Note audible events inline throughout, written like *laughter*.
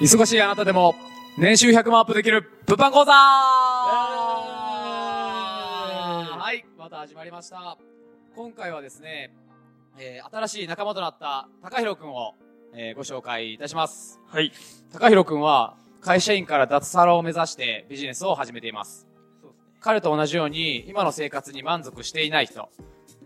忙しいあなたでも、年収100万アップできる、物販講座はい、また始まりました。今回はですね、えー新しい仲間となった、高弘くんを、えーご紹介いたします。はい。高弘くんは、会社員から脱サラを目指してビジネスを始めています。彼と同じように、今の生活に満足していない人、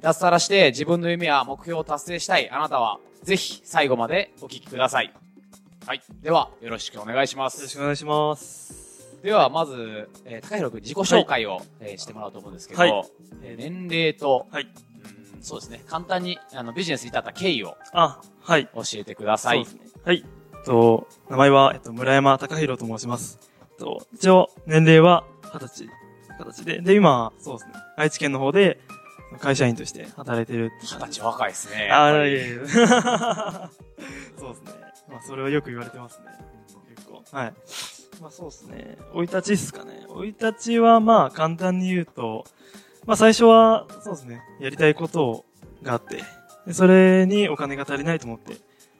脱サラして自分の夢や目標を達成したいあなたは、ぜひ最後までお聞きください。はい。では、よろしくお願いしまよろしす。くお願いします。では、まず、えー、高弘くん自己紹介を、えーしてもらおうと思うんですけど、はいえー年齢と、はい。うんそうですね、簡単にあのビジネスに至った経緯をあ、はい。教えてください。そうですねはい。えっと、名前は、えっと、村山隆弘と申します。えっと、一応、年齢は二十歳。二十歳で。で、今、そうですね。愛知県の方で、会社員として働いてる。二十歳若いですね。あやっぱー、りいえいえ *laughs* そうですね。まあ、それはよく言われてますね。結構。はい。まあ、そうですね。生い立ちっすかね。生い立ちは、まあ、簡単に言うと、まあ、最初は、そうですね。やりたいことがあって、でそれにお金が足りないと思って、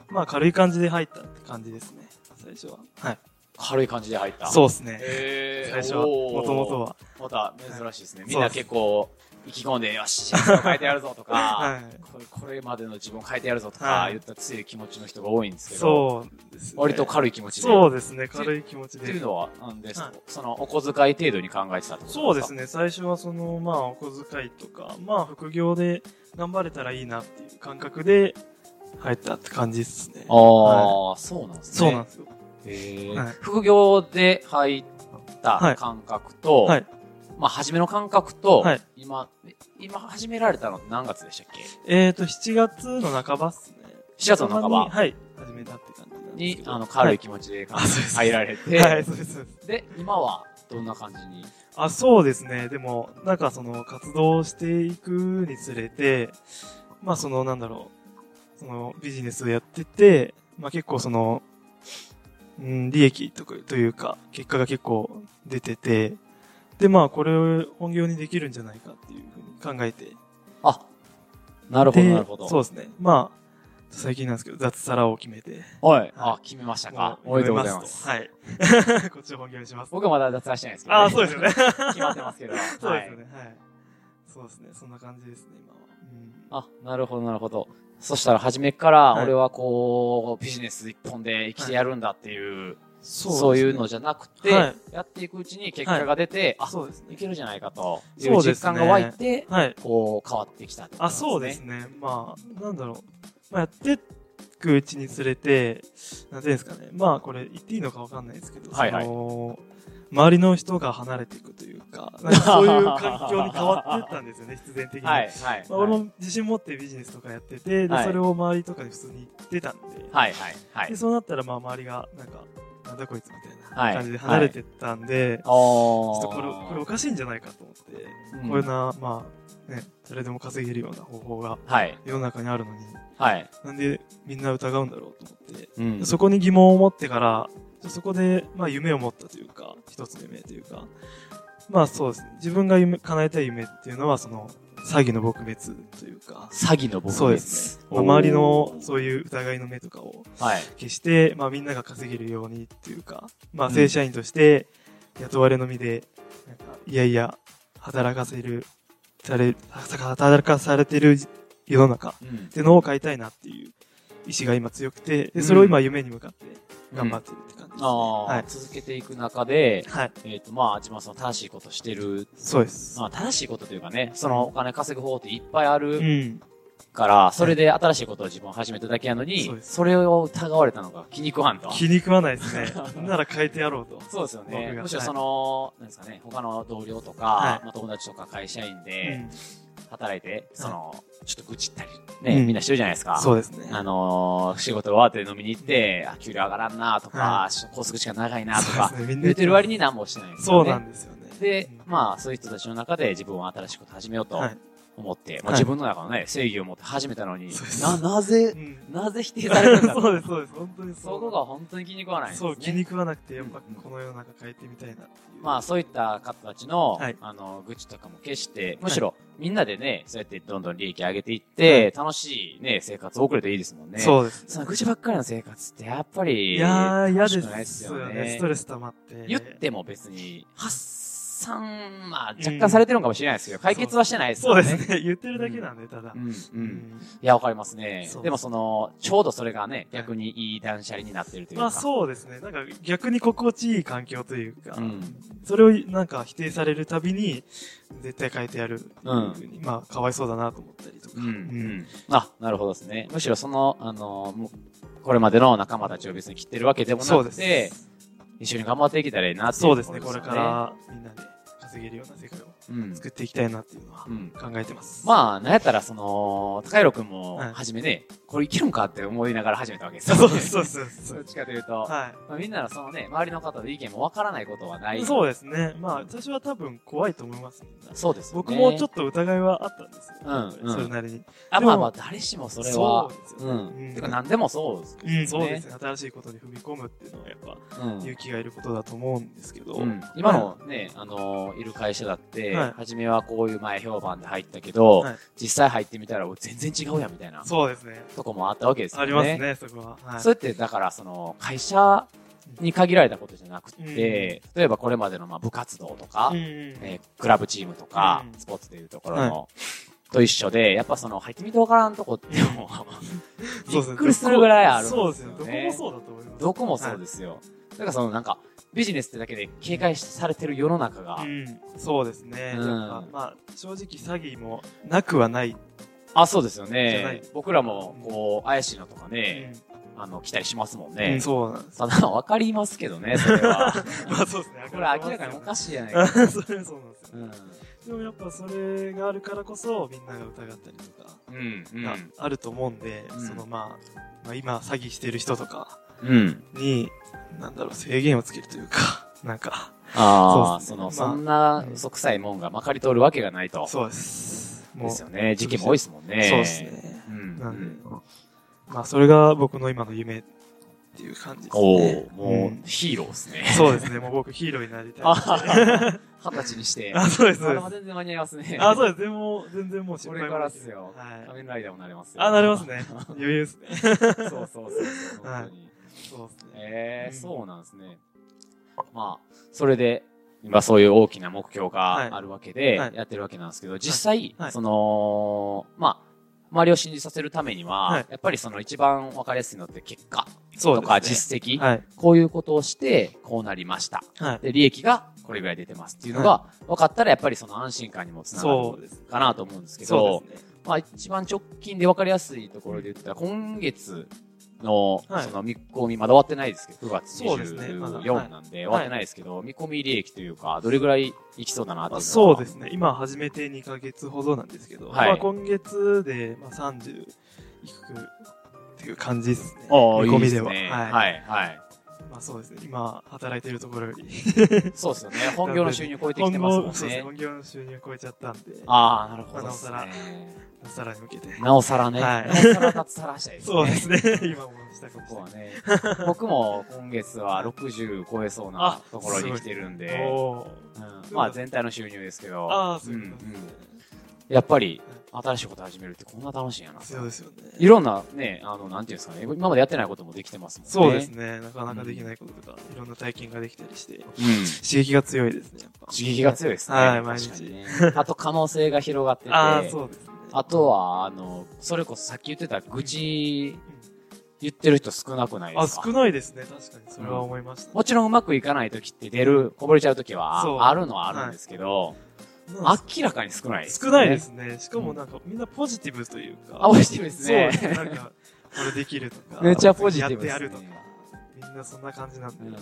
まあ、軽い感じで入ったって感じですね。最初は。はい。軽い感じで入った。そうですね。へー最初は、もともと。は。おーまた珍しいですね。みんそうなです結構、意気込んで、よし、人生を変えてやるぞとか、 *laughs* はいこれこれまでの自分を変えてやるぞとかは、い言った強い気持ちの人が多いんですけど、そうですね。割と軽い気持ちで。そうですね。軽い気持ちっで。ていうのは、なんですはいその、お小遣い程度に考えてたってことそうですね。ね、最初はその、まあ、お小遣いとか、まあ、副業で頑張れたらいいなっていう感覚で入ったって感じですね。ああ、そうなんですね。そうなんですよ。へーはい副業で入った感覚と、はいまあ、初めの感覚と、はい今、え今始められたのって何月でしたっけえっ、ー、と、7月の半ばっすね。 7月の半ばにはい、始めたって感じなんですにけ、ど。あの、軽はいい気持ちであそうです入られて、はい、そうです。そうですで、今はどんな感じにあ、そうですね。でも、なんかその、活動していくにつれて、まあその、なんだろう、その、ビジネスをやってて、まあ結構その、うん、利益とか、というか、結果が結構出てて、で、まあこれを本業にできるんじゃないかっていうふうに考えて。あ、なるほど、なるほど。そうですね。まあ、最近なんですけど、雑サラを決めて。はい。あ、決めましたか。もおめでとうございます。やります *laughs* とはい。こっ *laughs* ちを本業にします。僕はまだ脱退してないですけど、ああ、そうですよね。。決まってますけど。 *laughs* そうはですいよ。ね。はい。そうですね。そんな感じですね、今は。うん、あ、なるほど、なるほど。そしたら、初めから、はい俺はこう、ビジネス一本で生きてやるんだっていう、そそういうのじじゃなくてはい、やっていくうちに結果が出て、ゃあ、そうですねい。けるじゃないかと、いそうう実ですね感が湧いて、はい。こう、変わってきたってことなんあ、そうですね。ね。まあ、なんだろう。まあ、やってくうちにつれて、なんていうんですかね。まあ、これ言っていいのかわかんないですけど、はいはいその、周りの人が離れていくというか、なんかそういう環境に変わっていったんですよ *laughs* ね、必然的に。はい、はい。まあ、俺も自信持ってビジネスとかやってて、ではいそれを周りとかに普通に言ってたんで、はい、はい、はいで。そうなったら、まあ、周りが、なんか、なんだこいつみたいはいな感じで離れてったんで、あーちょっとこれ、これおかしいんじゃないかと思って、うんこういうな、まあ、ね、誰でも稼げるような方法がはい、世の中にあるのに、はい。なんでみんな疑うんだろうと思って、うんそこに疑問を持ってから、そこで、まあ夢を持ったというか、一つの夢というか、まあそうですね、自分が夢、叶えたい夢っていうのは、その、詐欺の撲滅というか、詐欺の撲滅。そうですね。まあおー周りの、そういう疑いの目とかをはい。消して、まあみんなが稼げるようにっていうか、まあ正社員として雇われの身で、なんかいやいや、働かせる、され、働かされてる世の中ってのを変えたいなっていう意志が今強くて、でそれを今夢に向かって頑張ってるって感じです、ねああ、はい。続けていく中で、はい。えっ、と、まあ、自分はその正しいことしてる。そうです。まあ、正しいことというかね、そのお金稼ぐ方法っていっぱいあうるん。から、それで新しいことを自分は始めただけやのにそう、ですそれを疑われたのが気に食わんと。気に食わないです *laughs* ね。なら変えてやろうと。そうですよね僕。がむしろはいその、なんですかね、他の同僚とか、はいまあ、友達とか会社員うでん働いて、その、ちょっと愚痴ったり、ね、うんみんなしてるじゃないですか。そうですね。あのー仕事終わって飲みに行って、あ、給料上がらんなとか、は高速時間長いなとそかう、ですねみんな言ってる割に何もしてないんですそようね。なんですよね。でう、んまあ、そういう人たちの中で自分は新しいことを始めようとはい。思って、まはあ、い自分の中のね、正義を持って始めたのにそうで、すな、なぜう、ん。なぜ否定されるんだ *laughs* そうです、そうです。本当にそこが本当に気に食わないんですね。そう、気に食わなくて、やっぱうんこの世の中変えてみたいなっていう。まあそういった方たちの、はいあの、愚痴とかも決して、むしろ、みんなでね、そうやってどんどん利益上げていって、楽しいね、生活を送るといいですもんね。う。そうです。その愚痴ばっかりの生活ってやっぱり、いやー、嫌楽でしくないですすよよね。ね。ストレス溜まって。言っても別に、発散、まあ若干されてるのかもしれないですけど、解決はしてないですそようね。ですね。言ってるだけなんで、ただう。ん、う。うんんいや、わかりますねそう。でもその、ちょうどそれがね、逆にいい断捨離になってるというか。まあそうですね。なんか逆に心地いい環境というか、うんそれをなんか否定されるたびに、絶対変えてやるっていうふうに、まあかわいそうだなと思ったりとか。うん、うん。あ、なるほどですね。むしろその、あの、もうこれまでの仲間たちを別に切ってるわけでもそなうくですて、一緒に頑張っていけたらいいなっていそううとでこすろね。ですよね。これからみんなで稼げるような世界をうん。作っていきたいなっていうのはうん。考えてます。あ、まあ、なんやったら、その、高弘くんも、はいはじめね、これいけるんかって思いながら始めたわけです *laughs* そうそううそう *laughs* そ *laughs* どっう。ちかというと、はい。まあ、みんなのそのね、周りの方の意見もわからないことはない。そうですね。まあ、私は多分怖いと思います、みんなそうですよね。僕もちっと。ょっと疑いはあったんですよ。うんやっぱりうんそれなりに。あ、でもまあまあ、誰しもそれはそ。うですうよねん。うんてか、何でもそうです。うん、そうですね。新しいことに踏み込むっていうのはやっぱうん勇気がいることだと思うんですけど。うん、今のね、あのーいる会社だって、はい初めはこういう前評判で入ったけど、はい実際入ってみたらお全然違うやんみたいなそうですね。とこもあったわけですよね。ありますね、そこは。はい。それってだからその会社に限られたことじゃなくて、うん例えばこれまでのまあ部活動とか、うんえークラブチームとか、うんスポーツでいうところの、と一緒で、やっぱその入ってみてわからんとこってもう、び *laughs* そっうですねくりするぐらいあるんですそよ、うですね。どこもそうだと思います。どこもそうですよ。だからそのなんか、ビジネスってだけで警戒されてる世の中が、うん、そうですね。うんやっぱまあ、正直詐欺もなくはない。あ、そうですよじゃないね。僕らも、こう、怪しいのとかね、うあの、来たりしますもんんうねん、。そうなんです。ただ、わかりますけど *laughs* ね、それは。まあそうですね。これ明らかにおかしい。しいじゃないか。 *laughs* それそうなんですよ。うん。でもやっぱそれがあるからこそみんなが疑ったりとかうん。があると思うんで、うんそのまあ、まあ今詐欺してる人とかうん。うん。に、なんだろう、制限をつけるというか、 *laughs* なんか、ああ、そそうでの、すねそんあなうん嘘くさいもんがまかり通るわけがないと。そうです。もうですよね。事件も多いですもんね。そうです。ね。うんうなんでん。まあそれが僕の今の夢っていう感じですおね。おもんう、ヒーローですね。そうですね、もう僕ヒーローになり *laughs* たい。ああ、はは *laughs* 二十歳にして。そうです、そうまだで全然間に合いますねす。。あ、そうです、全然もう、全然もう心こ配れもからなっいすよ。仮はい。面ライダーもなれますよ。あ、なりますね。余裕ですね。そうそうそうそう。はい本当に。そうですね。ええうんそうなんですね。まあ、それで、今そういう大きな目標はいがあるわけではい、やってるわけなんですけど、実際、はいその、まあ、周りを信じさせるためには、はいやっぱりその一番分かりやすいのって結果そうとですね。か実績、はい。こういうことをして、こうなりました。はい。で、利益がこれぐらい出てますっていうのが分かったら、やっぱりその安心感にもつながそうでするかなと思うんですけそどう、ですね。まあ一番直近で分かりやすいところで言ったら、今月の、はいその見込み、まだ終わってないですけど、9月そうですねまだはい24なんで、終わってないですけど、見込み利益というか、どれぐらいいきそうだなっていうまあ、のはそうですね。今始めて2ヶ月ほどなんですけど、はいまあ今月で、まあ、30いくっていう感じですね。ああ、見見込込みみででは。は。はい、はい、はい。まあそうですね。今働いてるところより。そうですよね。本業の収入超えてきてますそもうんですね。ね。本業の収入を超えちゃったんで、ああ、なるほどですね。さらに向けて。なおさらね。はいなおさら脱サラしたいですね。そうですね。今もしたかそもしこれな。はいね。僕も今月は60超えそうなところに来てるんで、おーうんまあ全体の収入ですけど、ああ、そういうことうでんうんすね。やっぱり、新しいこと始めるってこんな楽しいんやな。そうですよね。いろんなね、あの、なんていうんですかね、今までやってないこともできてますもんね。そうですね。なかなかできないこととか、いろんな体験ができたりして、うん。刺激が強いですね、やっぱ。刺激が強いですね。はい毎日確かにね。あと可能性が広がってて、 *laughs* ああ、あそうですね。とは、あの、それこそさっき言ってた愚痴言ってる人少なくないであ、すか少ないですね。確かに。それは思いました。もちろんうまくいかない時って出る、こぼれちゃう時そうはあるのはあるんですけど、なんか明らかに少ないです、少ないで。すね。しかもなんか、みんなポジティブというか。あポジティブですねそうなんか、これできるとか。めっちゃポジティブでやっすてねやるとか。みんなそんな感じなんで。うん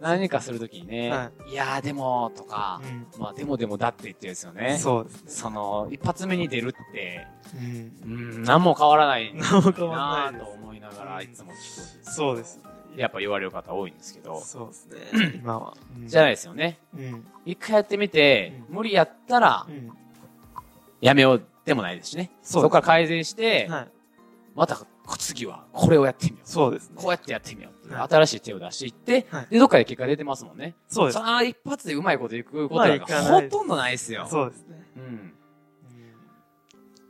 何かするときにね、、はいやーでも、とか、まあでもでもだって言ってるんですようんね。そうですね。その、一発目に出るって、うんうん、何も変わらない何も変わらなないぁでとす思いながらいつも聞くんですけどそうですね。やっぱ言われる方多いんですけど、そうですね。今は。うんじゃないですよね。うん。一回やってみて、う無理やったらう、ん。やめようっでもないですしね。そそうですこねから改善して、はい。また次はこれをやってみよう。そうですね。こうやってやってみようっていう。はい新しい手を出していって、はいで、どっかで結果出てますもんね。そうですそ。あ一発でうまいこといくことなんかまあいかなほいとんどないですよ。そうですね。うん。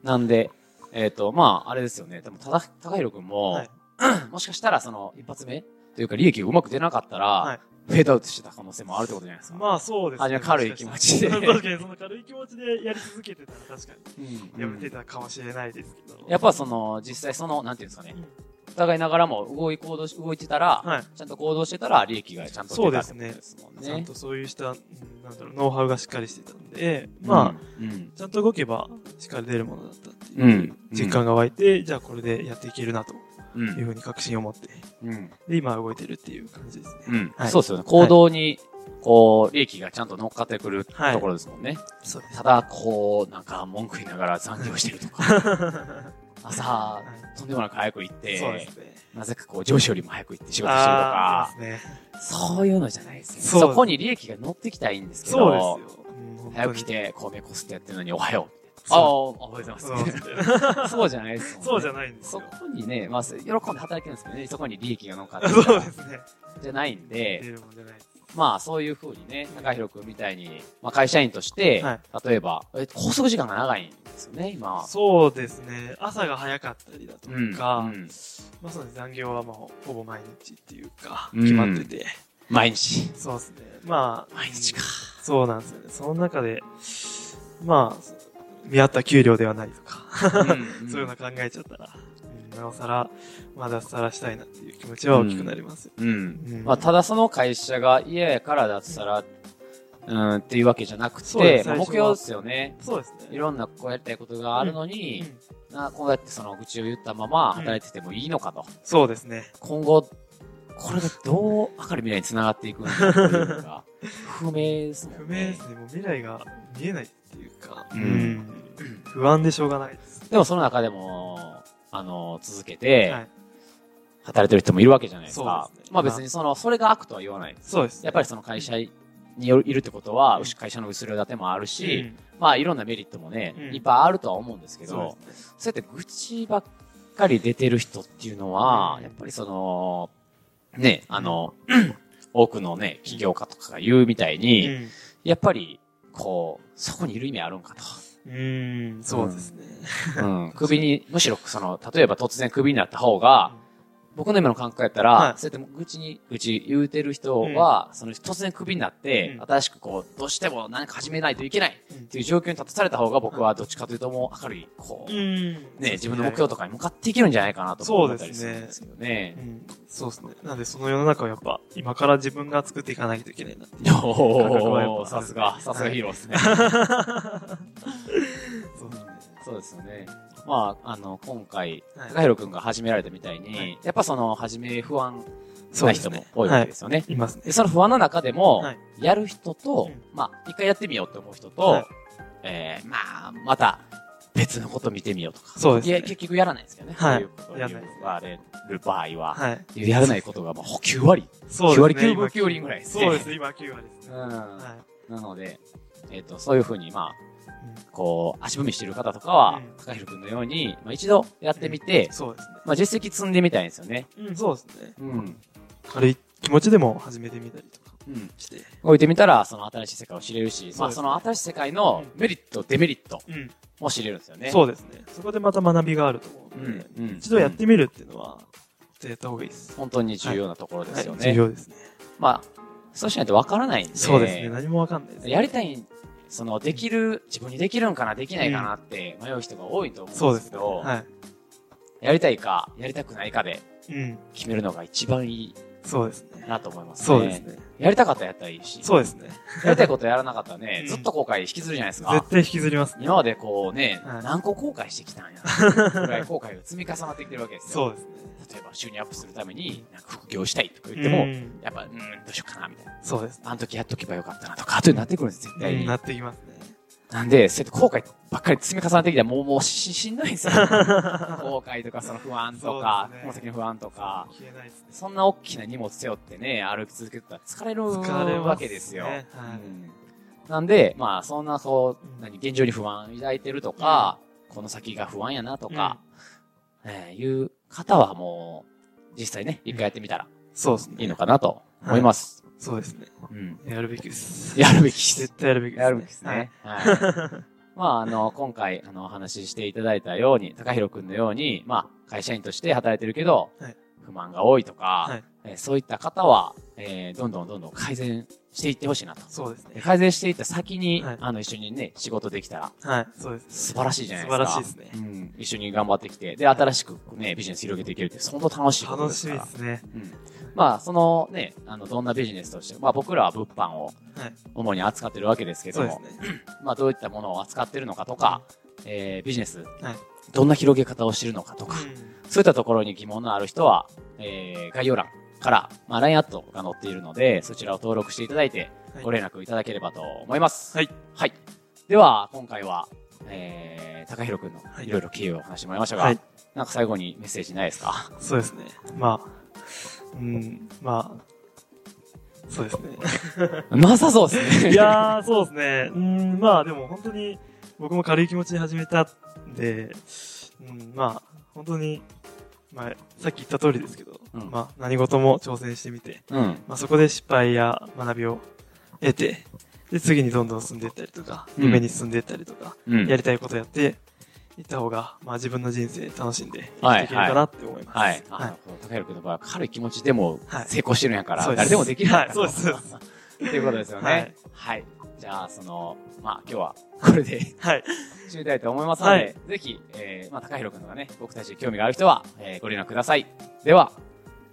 なんで、えっ、と、まあ、あれですよね。でも、ただ、高弘くんも、はいもしかしたら、その、一発目というか、利益がうまく出なかったら、はいフェードアウトしてた可能性もあるってことじゃないですか。まあそうですあじゃあ軽い気持ちで確かにその軽い気持ちでやり続けてたら確かうんにやめてたかもしれないですけど。やっぱその、実際その、なんていうんですかね。お互いながらも動い行動し、動いてたら、はい。ちゃんと行動してたら、利益がちゃんと出たってことですもんね。ちゃんとそういうした、うんなんだろう、ノウハウがしっかりしてたんで、うんまあ、、うん。ちゃんと動けばしっかり出るものだったってういうん実感が湧いて、じゃあこれでやっていけるなとう。いうんふうに確信を持って、うん。で、今動いてるっていう感じですね。うんはいそうですよね。行動に、こう、利益がちゃんと乗っかってくるとはいころですもんね。そ *laughs* うです。ただ、こう、なんか文句言いながら残業してると *laughs* か、朝、とんでもなく早く行っそうでて、すね。なぜかこう、上司よりも早く行って仕事してるとあか、ーそうですね。そういうのじゃないですよね。そうそこに利益が乗ってきたらいいんですけそうど、ですようん。本当に早く来。て、こう、目こすってやってるのにおはよう。ああ、そうおはようございます。 *laughs* そうじゃないですもんね。そうじゃないんですそよ。こにね、まあ、喜んで働けるんですけどね、そこに利益が乗っかってきた *laughs* そうらですね。じゃないん出で、るもんじゃない。まあ、そういうふうにね、高弘君みたいに、まあ、会社員として、は例えば、え拘束時間が長いんですよね、今は。そうですね。朝が早かったりだとうん。か、うんまあそうです残業はもうほぼ毎日っていうか、うん決まってて。毎日。そうですね。まあ、毎日か。そうなんですよね。その中で、まあ、見合った給料ではないとか、うん *laughs* そういうの考えちゃったら、うんなおさら、まあ脱サラしたいなっていう気持ちは大きくなりますよ。うん。うんまあ、ただその会社が嫌やから脱サラ、うん、っていうわけじゃなくそうでて、すまあ目標ですよね。そうですね。いろんなこうやりたいことがあるのに、うんなこうやってその愚痴を言ったまま働いててもいいのかと。そうですね。今後、これがどう明るい未来に繋がっていくのかという *laughs* か、不明ですも不ん明ねで。すね。もう未来が見えないっていうか、うんうん不安でしょうがないです。でもその中でも、あの、続けてはい、働いてる人もいるわけじゃないですそかうですね。まあ別にその、それが悪とは言わないです。そうですね。やっぱりその会社によるいるってことは、うん会社の後ろ盾もあるうし、んまあいろんなメリットもね、うんいっぱいあるとは思うんですけど、そそううやって愚痴ばっかり出てる人っていうのは、うんやっぱりその、ね、あの、 *clears throat* 多くのね、起業家とかが言うみたいに、ですね。やっぱり、こう、そこにいる意味あるんか *laughs* うん。うんそうですね。と。うん。首に、むしろ、その、例えば突然首になった方が、僕の今の感覚やったら、はいそうやって愚痴に、愚痴言うてる人は、その突然首になって、うん新しくこう、どうしても何か始めないといけないうんっていう状況に立たされた方が、僕はどっちかというともう明るい、こう、ん。ね、自分の目標とかに向かっていけるんじゃないかなと思ったりするんですけどうね。ん。そうですね。なんで、その世の中をやっぱ、今から自分が作っていかないといけないなっていう。お感覚はやっー、ぱさすが、さすがヒーローです *laughs* ね。そうですね。そうですよね。まあ、あの、今回、はい高弘くんが始められたみたいに、はいやっぱその、始め不安そうなです人ねも多いわけですよね。いますね。でその不安の中でも、はいやる人と、うんまあ、一回やってみようって思う人と、はいえー、まあ、また、別のこと見てみようとか。そうですねいや結局やらないですけどね。はいそういうことを言われる場合は、はい。やらないことが、まあ、9割。そう9割9分9厘ぐらいですねそうです、今9割ですうね。ん。はい。なので、えっ、と、そういうふうに、まあ、うんこう、足踏みしてる方とかは、うん高弘くんのように、まあ、一度やってみて、そうですね。まあ、実績積んでみたいんですよね。うん、そうですね。うん。軽い気持ちでも始めてみたりとかうん。して。置いてみたら、その新しい世界を知れるし、まそうあ、ですそねの新しい世界のメリット、デメリットうん。も知れるんですよね。そうですね。そこでまた学びがあると思うので、うんうん一度やってみるっていうのは、絶対やった方がいいです。本当に重要なところですよはい重ね。要ですね。まあ、そうしないとわからないんで。そうですね。何もわかんないです。やりたい、その、できる、自分にできるんかな、できないかなって迷う人が多いと思そううんでですすけね。ど、はやりたいか、やりたくないかでい。うん。決めるのが一番いいそうですね。なと思いますね。そうです。ね。やりたかったらやったらいいし、そうですね。やりたいことやらなかったらね、うんずっと後悔引きずるじゃないですか絶。対引きずりますね。今までこうね、はい何個後悔してきたんや *laughs* な、ぐらい後悔が積み重なってきてるわけですよ。そうですね。例えば収入アップするために、なんか副業したいとか言っても、うんやっぱ、うん、どうしようかな、みたいな。そうですね。あの時やっとけばよかったなとか、後になってくるんです、絶対に。なってきますね。なんで、そうやって後悔ばっかり積み重ねてきたら、もう、もうし、しんどいんですよ。後悔とか、その不安とか、そうですねこの先の不安とか、消えないですね。そんな大きな荷物背負ってね、歩き続けてたら疲れる疲れますねわけですよ。はいうんなんで、まあ、そんな、そうう、ん何、現状に不安抱いてるとか、この先が不安やなとか、えーいう方はもう、実際ね、一回やってみたらそうですね。いいのかなと思います。そうですね。うん。やるべきです。やるべきです。絶対やるべきです、ね。。はい。 *laughs* まあ、あの、今回、あの、お話ししていただいたように、高弘くんのように、まあ、会社員として働いてるけど、はい不満が多いとか、はいえーそういった方は、えーどんどんどんどん改善していってほしいなと。そうですね。改善していった先に、はいあの、一緒にね、仕事できたらはい。そうです。素晴らしいじゃないですか。素晴らしいですね。うん。一緒に頑張ってきて、で、新しくね、ビジネス広げていけるって、本当楽しいこと楽でしすいから。ですね。うん。まあ、そのね、あの、どんなビジネスとしても、まあ僕らは物販をはい。主に扱ってるわけですけどそうでも、すね。まあどういったものを扱ってるのかとか、えー、ビジネス、はいどんな広げ方をしてるのかとか、そういったところに疑問のある人は、えー、概要欄から、まあ LINE アットが載っているので、そちらを登録していただいて、はいご連絡いただければと思います。はい。はい。では、今回は、えー、高弘くんのはいいろいろ経営をお話してもらいましたうんが、はい。なんか最後にメッセージないですか *laughs* そうですね。まあ、うん、まあ、そうですね。なさそうですね。 *laughs* いやー、そうですね。うん、まあでも本当に僕も軽い気持ちで始めたんで、うん、まあ本当に、まあさっき言った通りですけど、うんまあ何事も挑戦してみて、うん。まあそこで失敗や学びを得て、で次にどんどん進んでいったりとか、うん夢に進んでいったりとか、うん。やりたいことやっていった方が、まあ自分の人生楽しんで生きていけるかなって思います。はい。あはいの、この高弘君の場合は軽い気持ちでもはい成功してるんやから、そうで誰すでもできるんやからはいそうですそうでっていうことですよはねい。はい。じゃあ、その、まあ、今日はこれで *laughs* はい。終了たいと思いますので、はいぜひ、えー、まあ、高弘君とかね、僕たちに興味がある人は、えー、ご連絡ください。では、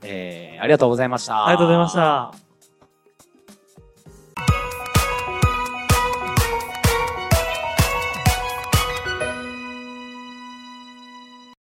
えー、ありがとうございました。ありがとうございました。